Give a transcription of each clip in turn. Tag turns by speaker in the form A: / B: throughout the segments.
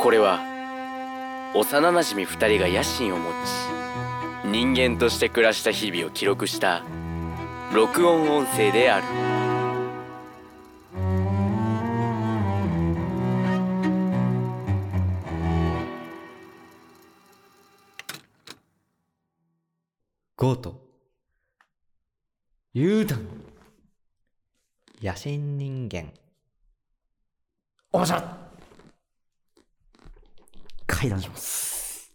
A: これは幼なじみ2人が野心を持ち人間として暮らした日々を記録した録音音声である
B: ゴート。ユーダン。野心人間。おもしゃ階段します。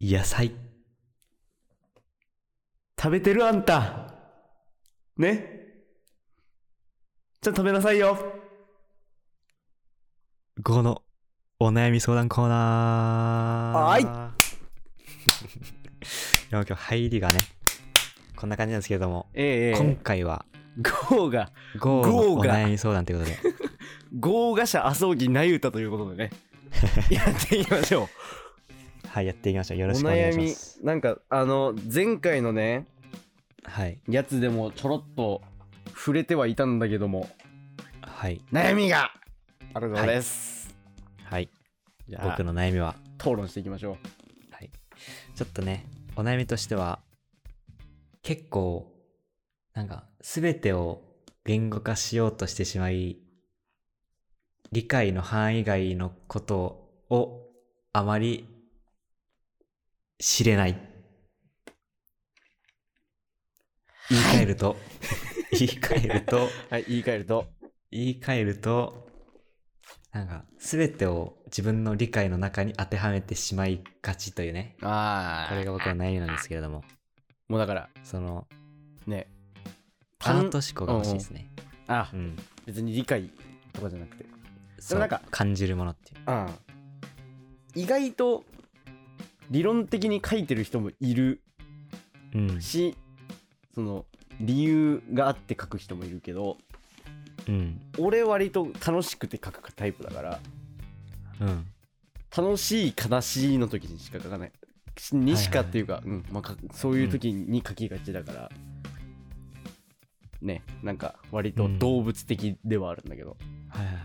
B: 野菜。
C: 食べてるあんた。ね。ちゃんと食べなさいよ。
D: このお悩み相談コーナー。
C: はい
D: いや、今日入りがね、こんな感じなんですけれども、
C: え
D: 今回は
C: 豪が、
D: ゴーの
C: 豪
D: お
C: が
D: 悩み相談ということで、
C: 豪華者麻生木なゆたということ でね。やっていきましょう。
D: はい、やっていきましょう。よ
C: お
D: ろしくお願い
C: 悩
D: しま
C: み
D: す。、
C: なんか、あの、前回のね、
D: はい、
C: やつでもちょろっと触れてはいたんだけども、
D: はい、
C: 悩みがあるのです。
D: はい。
C: じゃあ、
D: 僕の悩みは、
C: 討論していきましょう。
D: はい。ちょっとね、お悩みとしては、結構、なんか、すべてを言語化しようとしてしまい、理解の範囲外のことをあまり知れない。言い換えると、 言い換えると、
C: はい、言い換えると。
D: 言い換えると、なんか、すべてを自分の理解の中に当てはめてしまいがちというね。
C: あ
D: これが僕の悩みなんですけれども、
C: もうだから、
D: その、
C: ね。
D: パート思考が欲しいですね。
C: あ
D: う、ん。
C: 別に理解とかじゃなくて。
D: そう、
C: なんか
D: 感じるものっていう。
C: うん、意外と理論的に書いてる人もいる
D: うん。
C: しその理由があって書く人もいるけど
D: うん。
C: 俺割と楽しくて書くタイプだから
D: うん。
C: 楽しい悲しいの時にしか書かないしにしかっていうかうんまあかそういう時に書きがちだから、ねなんか割と動物的ではあるんだけど
D: はいはい。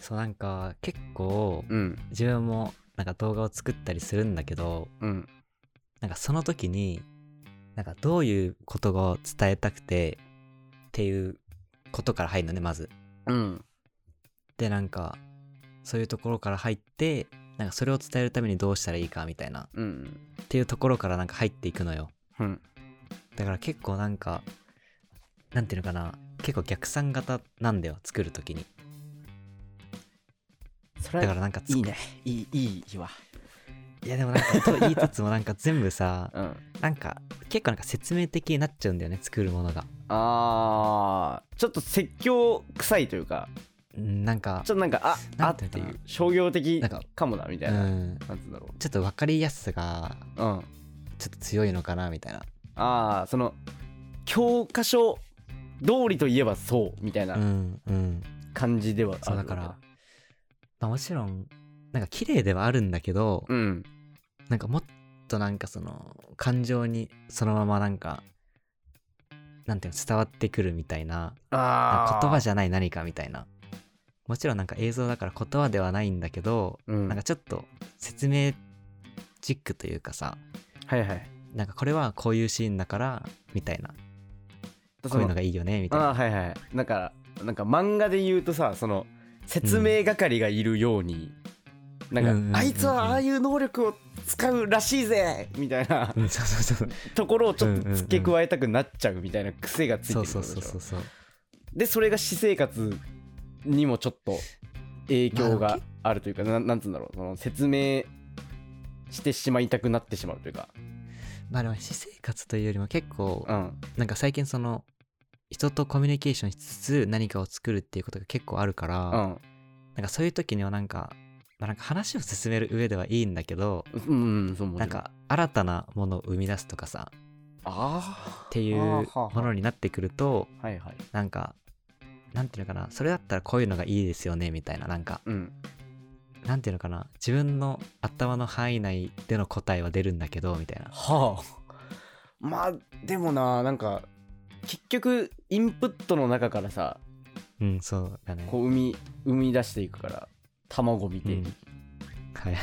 D: そう、なんか、結構、
C: うん
D: 自分も、なんか動画を作ったりするんだけど、
C: うん
D: なんかその時に、なんかどういうことを伝えたくて、っていうことから入るのね、まず。
C: うん
D: で、なんか、そういうところから入って、なんかそれを伝えるためにどうしたらいいかみたいな、
C: うん
D: っていうところからなんか入っていくのよ。
C: うん
D: だから結構なんかなんていうのかな結構逆算型なんだよ作るときに
C: そ
D: だ
C: れ
D: か
C: は
D: らなんかつ
C: いいねいいいいわ
D: いやでもなんかと言いつつもなんか全部さ
C: うん
D: なんか結構なんか説明的になっちゃうんだよね作るものが
C: あーちょっと説教臭いというか
D: うんなんか
C: ちょっとなんかああ
D: なん
C: って
D: い
C: て
D: うか
C: い
D: な
C: う商業的
D: なんか
C: かもなみた
D: う
C: いな、
D: ん
C: なんつうんだろ
D: ちょっと分かりやすさが
C: う、うん、
D: ちょっと強いのかなみたいな
C: あーその教科書通りといえばそうみたいな
D: うんうん
C: 感じではあ
D: そう
C: る
D: だからまあもちろんなんか綺麗ではあるんだけど、
C: うん
D: なんかもっとなんかその感情にそのままなんかなんていうの伝わってくるみたいななん
C: あ
D: か言葉じ
C: ゃ
D: ゃない何かみたいなもちろんなんか映像だから言葉ではないんだけど、
C: うん
D: なんかちょっと説明チックというかさ
C: はいはい
D: なんかこれはこういうシーンだからみたいなこ
C: そう
D: いう
C: の
D: のがいいよねみたい
C: あ
D: な
C: あはいはいなんかなんか漫画で言うとさその説明係がいるように、なんか、
D: うんうんうんうん
C: あいつはああいう能力を使うらしいぜみたいな
D: うんそうそうそう
C: ところをちょっと付け加えたくなっちゃうみたいな癖がついてる
D: そ
C: っ
D: う
C: てこと
D: そう
C: でしょ
D: そうそうそう
C: でそれが私生活にもちょっと影響があるというか、ななんつうんだろうその説明してしまいたくなってしまうというか
D: まあでも私生活というよりも結構
C: うん
D: なんか最近その人とコミュニケーションしつつ何かを作るっていうことが結構あるから、
C: うん
D: なんかそういう時にはなんか,、まあ、なんか話を進める上ではいいんだけど
C: うんうんそうもちろ
D: なんか新たなものを生み出すとかさ
C: あ
D: っていう
C: あーは
D: も
C: あはあ
D: のになってくると
C: あはいはい
D: なんかなんていうのかなそれだったらこういうのがいいですよねみたいななんか
C: うん
D: なんていうのかな自分の頭の範囲内での答えは出るんだけどみたいな
C: はあまあでもななんか結局インプットの中からさ
D: うん、そうだね。
C: こう生み生み出していくから卵見て、
D: うんはい。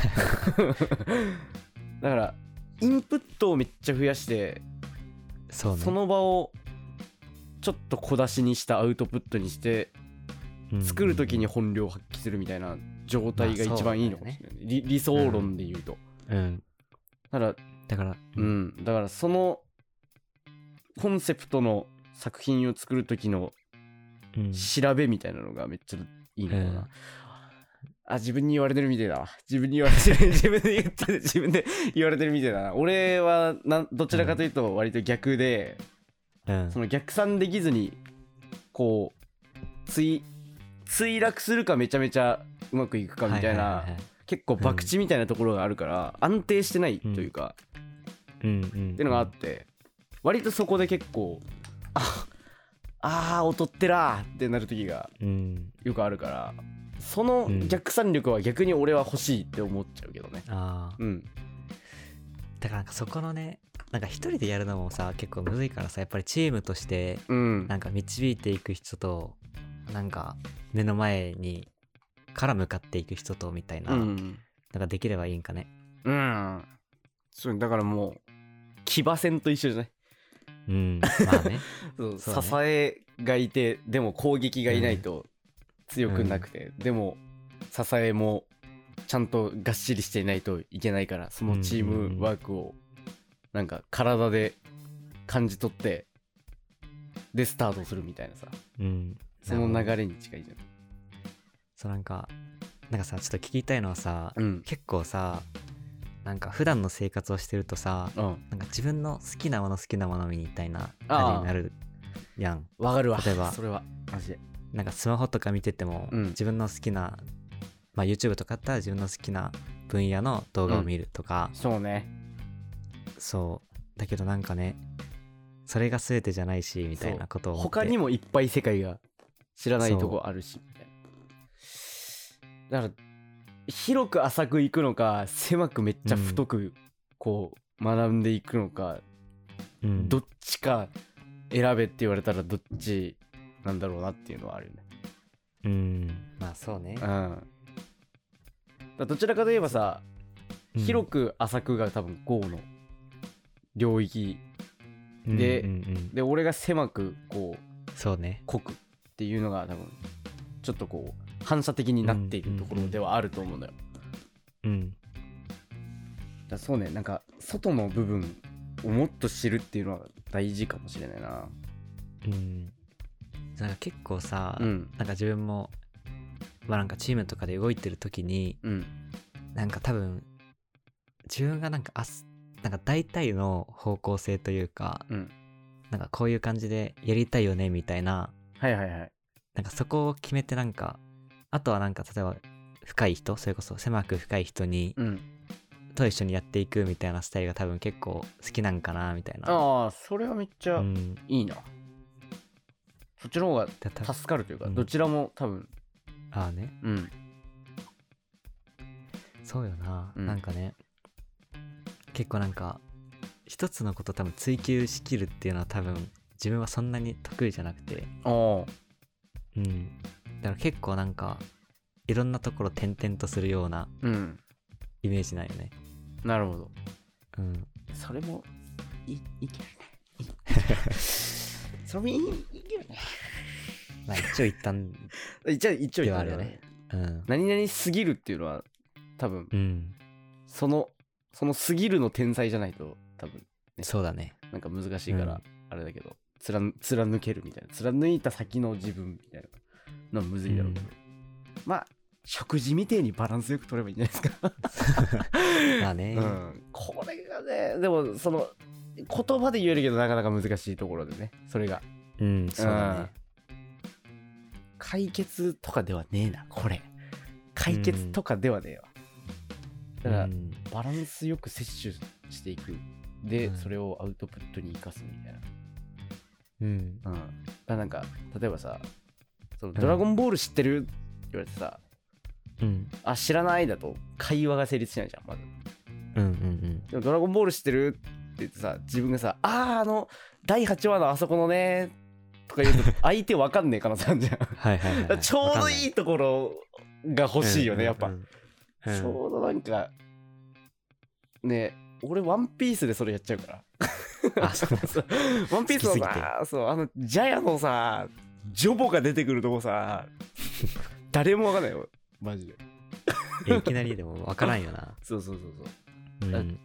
C: だからインプットをめっちゃ増やして
D: そうね。
C: その場をちょっと小出しにしたアウトプットにして
D: うん
C: 作る時に本領発揮するみたいな状態が
D: まあ
C: 一番いいのかもしれない、理理想論で言うと、
D: うん。
C: ただ
D: だから、
C: うんだからそのコンセプトの作品を作る時の
D: うん。
C: 調べみたいなのがめっちゃいいのかな、
D: うん
C: あ自分に言われてるみたいだわ自分に言われてる 自分で言ってる自分で言われてるみたいだな俺はなんどちらかというと割と逆で、
D: うん
C: その逆算できずにこうつい墜落するかめちゃめちゃうまくいくかみたいな、
D: はははは
C: 結構博打みたいなところがあるから、安定してないというか、
D: うんうん。
C: っていうのがあって割とそこで結構ああー劣ってらーってなる時が
D: うん。
C: よくあるからその
D: うん
C: 逆算力は逆に俺は欲しいって思っちゃうけどね
D: ああ。
C: うん
D: だからなんかそこのね、なんか一人でやるのもさ、結構むずいからさ、やっぱりチームとして、
C: うん
D: なんか導いていく人と、なんか目の前に、から向かっていく人とみたいな、
C: う
D: なん
C: ん、
D: かできればいいんかね。
C: うん、そうだからもう騎馬戦と一緒じゃない
D: うん。まあね。
C: そう
D: そうね
C: 支えがいてでも攻撃がいないと強くなくて、でも支えもちゃんとがっしりしていないといけないからそのチームワークをなんか体で感じ取ってでスタートするみたいなさ
D: うん。
C: その
D: なるほど
C: 流れに近いじゃん
D: そうなんか、なんかさ、ちょっと聞きたいのはさ、
C: うん
D: 結構さ、なんか普段の生活をしてるとさ、
C: うん
D: なんか自分の好きなもの好きなものみたいな
C: あー
D: 感じになるやん。
C: わかるわ
D: 例えば
C: それはマジで
D: なんかスマホとか見てても、
C: うん
D: 自分の好きな、まあ、YouTube とかあったら自分の好きな分野の動画を見るとか、
C: そうね
D: そう。だけどなんかね、それが全てじゃないし、みたいなことを思って。
C: 他にもいっぱい世界が知らないとこあるしみたいなだから広く浅く行くのか狭くめっちゃ太くこう学んでいくのか、
D: うん、
C: どっちか選べって言われたらどっちなんだろうなっていうのはあるよね
D: うん。まあそうね。
C: うんだからどちらかといえばさ、
D: うん
C: 広く浅くが多分 GO の領域で
D: うんうんうん
C: で俺が狭くこう
D: そうね。
C: 濃くっていうのが多分ちょっとこう反射的になっているところではあると思うんだよ。
D: うん。
C: だからそうねなんか外の部分をもっと知るっていうのは大事かもしれないな。
D: うん。なんか結構さ、
C: うん
D: なんか自分も、まあなんかチームとかで動いてる時に、
C: うん
D: なんか多分、自分がなんか、あす、なんか大体の方向性というか、
C: うん。
D: なんかこういう感じでやりたいよねみたいな、
C: はいはいはい。
D: なんかそこを決めてなんか、あとはなんか例えば深い人、それこそ狭く深い人に、
C: うん、
D: と一緒にやっていくみたいなスタイルが多分結構好きなんかなみたいな。
C: ああそれはめっち
D: う
C: ゃ
D: ん。
C: いいな。そっちの方が
D: だた
C: 助かるというか、
D: うん
C: どちらも多分、
D: ああね。
C: うん、
D: そうよな、
C: うん
D: なんかね結構なんか一つのこと多分追求しきるっていうのは多分自分はそんなに得意じゃなくて
C: ああ
D: うんだから結構なんかいろんなところ転々とするような
C: うん
D: イメージなんよね
C: なるほど。
D: うん
C: それもいいいける ね。いそれもいいいけるね。
D: まあ一応一旦
C: 一応一応
D: で
C: 言
D: は
C: っ
D: あ
C: た
D: る
C: け
D: よ
C: ど
D: ねうん
C: 何々すぎるっていうのは多分
D: うん
C: そのそのすぎるの天才じゃないと多分ね
D: そうだね
C: なんか難しいか
D: う
C: ら
D: ん
C: あれだけど、貫貫けるみたいな貫いた先の自分みたいなのはむずいだろうけど、まあ食事みてえにバランスよく取ればいいんじゃないですか、
D: まあね、
C: うん、これがねでもその言葉で言えるけどなかなか難しいところでねそれが
D: うん、そうだね
C: 解決とかではねえなこれ解決とかではねえわ、だから、
D: うん
C: バランスよく摂取していくで、
D: うん
C: それをアウトプットに生かすみたいな、
D: うん
C: うん、だからなんか例えばさ「そのドラゴンボール知ってる?」って言われてさ
D: うん
C: 「あ知らない」だと会話が成立しないじゃんまず
D: うんうん
C: でも「ドラゴンボール知ってる?」って言ってさ自分がさ「あああの第8話のあそこのねとか 言うと相手わかんねえかなさんじゃんだか
D: はいはいはい、は
C: ら
D: い。
C: ちょうどいいところが欲しいよねやっぱ、
D: うん
C: ちょうどなんかね俺ワンピースでそれやっちゃうから
D: あ、そうなんです
C: そうワンピースの
D: 好きすぎ
C: さそうあのジャヤのさジョボが出てくるとこ さ誰もわかんないよマジで
D: いきなりでも分からんよな。
C: そうそうそうそう
D: うん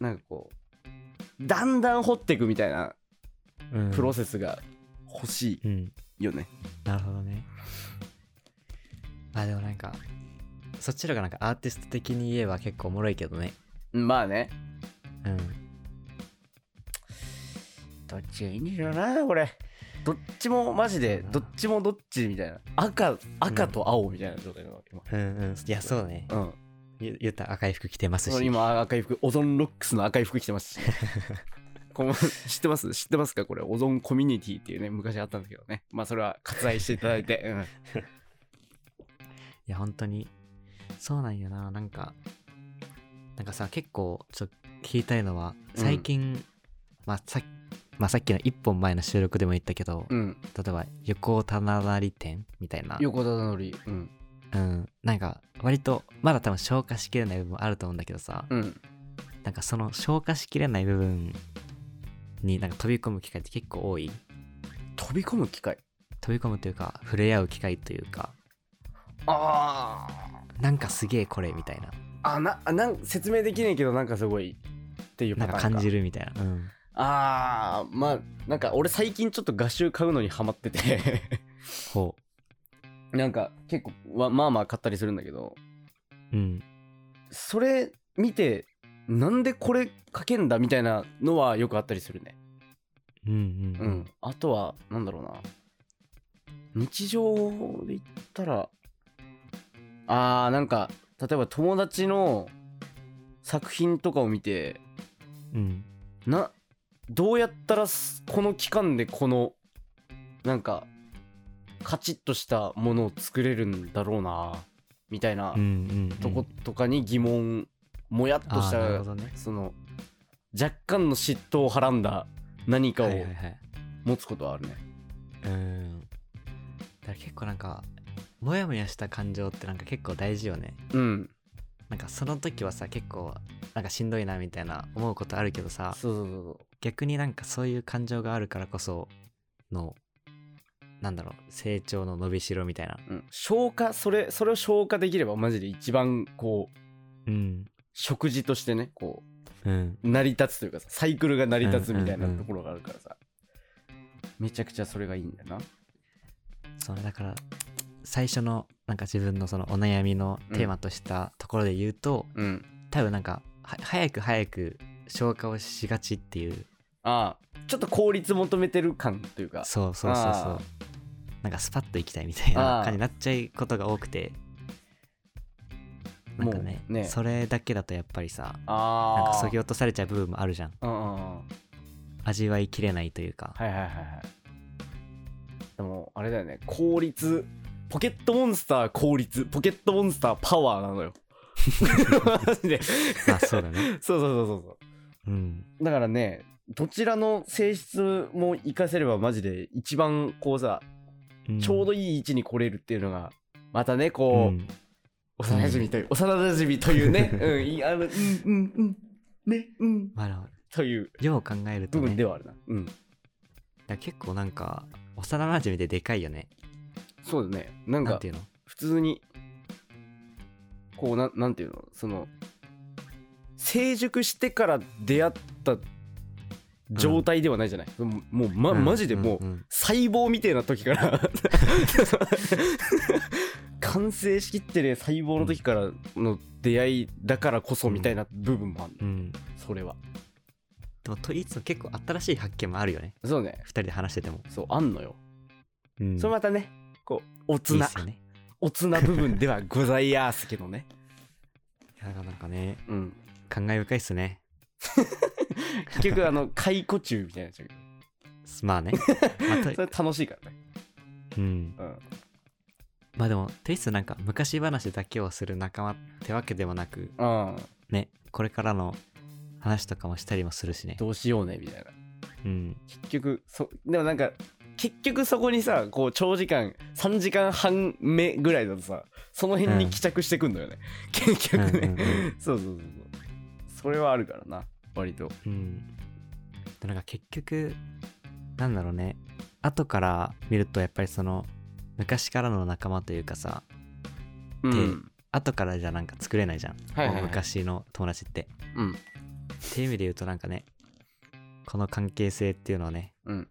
C: なんかこうだんだん掘っていくみたいな
D: うん
C: プロセスが欲し
D: うん。
C: いよね、
D: なるほどね。あ、でもなんか、そっちの方がなんかアーティスト的に言えば結構おもろいけどね。
C: まあね
D: うん。
C: どっちがいいんでしょうなこれどっちもマジでどっちもどっちみたいな赤赤と青みたいな状態なの今
D: うんうん。いや、そうだね。
C: うん
D: ゆゆうた赤い服着てます
C: そう
D: し。
C: 今赤い服オゾンロックスの赤い服着てますし この知ってます知ってますかこれオゾンコミュニティっていうね昔あったんですけどねまあそれは割愛していただい て、うん
D: いや、本当に。そうなんよな。なんか、なんかさ、結構、ちょっと聞きたいのは、最近、まあさっまあ、さっきの一本前の収録でも言ったけど、
C: うん、
D: 例えば横棚なり店みたいな、
C: 横田のりうん
D: うん、なんか割とまだ多分消化しきれない部分もあると思うんだけどさ、
C: うん
D: なんかその消化しきれない部分になんか飛び込む機会って結構多い
C: 飛び込む機会
D: 飛び込むというか触れ合う機会というか
C: ああ
D: なんかすげえこれみたいな
C: あなあなん説明できねえけどなんかすごいっていう
D: な
C: パ
D: ん
C: タ
D: か
C: ーン
D: 感じるみたいな、うん、
C: ああまあなんか俺最近ちょっと画集買うのにハマってて
D: ほ
C: なんか結構わまあまあ買ったりするんだけど
D: ううん
C: それ見てなんでこれ書けんだみたいなのはよくあったりするね
D: うんうん
C: うん、あとはなんだろうな日常で言ったらあーなんか例えば友達の作品とかを見て
D: うん
C: などうやったらすこの期間でこのなんかカチッとしたものを作れるんだろうなみたいな
D: うんうん
C: とことかに疑問もやっと
D: あ
C: し
D: ーなるほ
C: た
D: どね
C: その若干の嫉妬をはらんだ何かを
D: はいはいはい
C: 持つことはあるね。
D: うんだから結構なんかモヤモヤした感情ってなんか結構大事よね
C: うん
D: なんかその時はさ結構なんかしんどいなみたいな思うことあるけどさ
C: そうそうそうそう
D: 逆になんかそういう感情があるからこそのなんだろう成長の伸びしろみたいな
C: うん、消化それそれを消化できればマジで一番こう
D: うん
C: 食事としてねこ
D: うん
C: う成り立つというかさサイクルが成り立つみたいな
D: うんうんうん
C: ところがあるからさ、めちゃくちゃそれがいいんだよな
D: それだから最初のなんか自分のそのお悩みのテーマとしたところで言うと、
C: うん
D: 多分なんかは早く早く消化をしがちっていう
C: ああちょっと効率求めてる感というか
D: そうそうそうそ
C: あ
D: うなんかスパッといきたいみたい
C: あ
D: な
C: ー
D: 感じになっちゃうことが多くてなんかね
C: もうね
D: それだけだとやっぱりさ
C: ああ
D: なんかそぎ落とされちゃう部分もあるじゃん
C: うんうんうん
D: 味わいきれないというか、
C: はいはいはいはいでもあれだよね効率ポケットモンスター効率ポケットモンスターパワーなの よマジで
D: まあそうだね
C: そうそうそうそうそう
D: うん
C: だからねどちらの性質も活かせればマジで一番こうさ、ちょうどいい位置に来れるっていうのがまたね
D: う
C: こう、
D: ん
C: 幼馴染みという、幼馴染みという ねうんいいあのうんうんうんねうん
D: まあでも
C: という
D: よう考えると
C: 部分
D: ね
C: で
D: だか
C: はあるな、うん
D: ら結構なんか幼なじみででかいよね
C: そうだねなん
D: なん
C: か
D: ていうの
C: 普通にこうなんなんていうのその成熟してから出会った状態ではないじゃない、もうもう、ま
D: うん
C: マジでもう、
D: んん
C: 細胞みたいな時から 完成しきってる細胞の時からの出会いだからこそみたいな部分もある、
D: うんうんで
C: それは
D: もと言いつつも結構新しい発見もあるよね
C: そうね
D: 二人で話してても、
C: そうあんのよ、
D: うん
C: それまたねこうおつ
D: いい
C: な
D: っすよね
C: おつな部分ではございやすけどね
D: いやだからなんかね
C: うん
D: 感慨深いっすね
C: 結局あの解雇中みたいになっちゃうけ
D: ま あねまあ
C: どそれ
D: と
C: 楽しいからね
D: うん
C: うん
D: まあでもテイスなんか昔話だけをする仲間ってわけでもなく
C: ああ
D: ねこれからの話とかもしたりもするしね
C: どうしようねみたいな
D: うん
C: 結局そでもなんか結局そこにさこう長時間3時間半目ぐらいだとさその辺に帰着してくんだよね、結局ね、
D: うんうん
C: そうそうそうそうそれはあるからな割と
D: うん。でなんか結局、なんだろうね。後から見るとやっぱりその、昔からの仲間というかさ、
C: うん
D: 後からじゃなんか作れないじゃん。
C: はいはいはい
D: もう昔の友達って。
C: うん
D: っていう意味で言うとなんかね、この関係性っていうのはね、
C: うん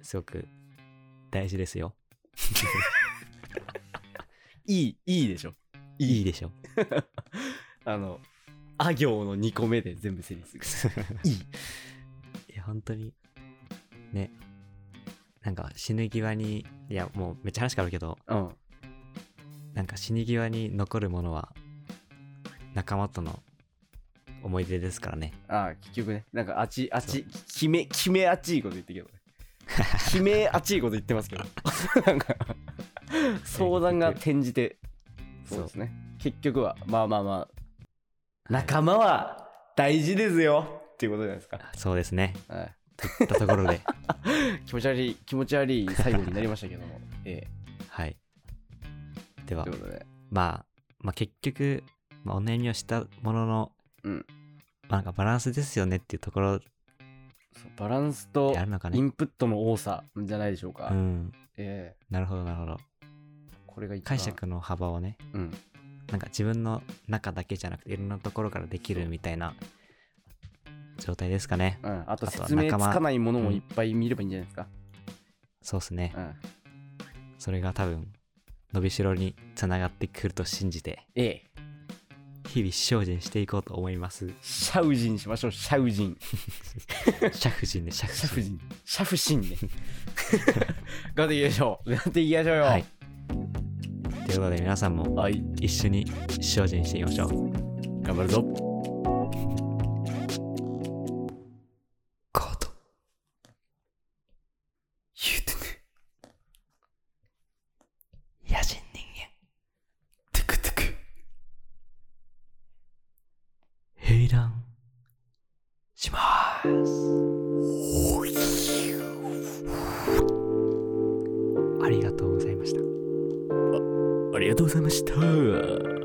D: すごく大事ですよ。
C: いいいいでしょ
D: いいでしょ。
C: あのあ行の2個目で全部成立する いい
D: いや、本当に。ね。なんか死ぬ際に、いや、もうめっちゃ話変わるけど、
C: うん
D: なんか死に際に残るものは仲間との思い出ですからね。
C: ああ結局ねなんかあちあ
D: そう
C: ち決め決めあっちいこと言ってるけど ね決めあっちいこと言ってますけどなんか相談が転じて
D: そ
C: そ
D: う
C: うですね結局はまあまあまあ仲間は大事ですよっていうことじゃないですか、
D: そうですね。
C: はい、
D: といったとこ ろで、
C: 気持ち悪い気持ち悪い最後になりましたけ どもえ
D: はい。
C: え
D: では
C: とい、うことで
D: まあ、まあ結局、まあ、お悩みをしたものの、
C: うん
D: まあなんかバランスですよねっていうところ
C: そうバランスと
D: であるのか
C: イ
D: ね。
C: ンプットの多さじゃないでしょうか、
D: うん。
C: ええ
D: なるほど、なるほど。
C: これが一番
D: 解釈の幅をね、
C: うん
D: なんか自分の中だけじゃなくて、いろんなところからできるみたいな状態ですかね。
C: うん、あと
D: あとは
C: 説明つ
D: 仲間
C: かないものもいっぱい見ればいいんじゃないですか。
D: そうですね
C: う。ん、
D: それが多分伸びしろにつながってくると信じて
C: ええ。
D: 日々精進していこうと思います
C: シャウジンしましょう、シャウジン。
D: シャフジンねシャフ
C: シャ
D: ジ
C: フ
D: ン
C: ジン。シャフシンね。 頑張っていきましょう。頑張っていきましょうよ。
D: はいということで皆さんも
C: はい、
D: 一緒に精進していきましょう
C: 頑張るぞ。
D: コート野心人間トゥクトゥク平乱しますありがとうございました
A: ありがとうございました。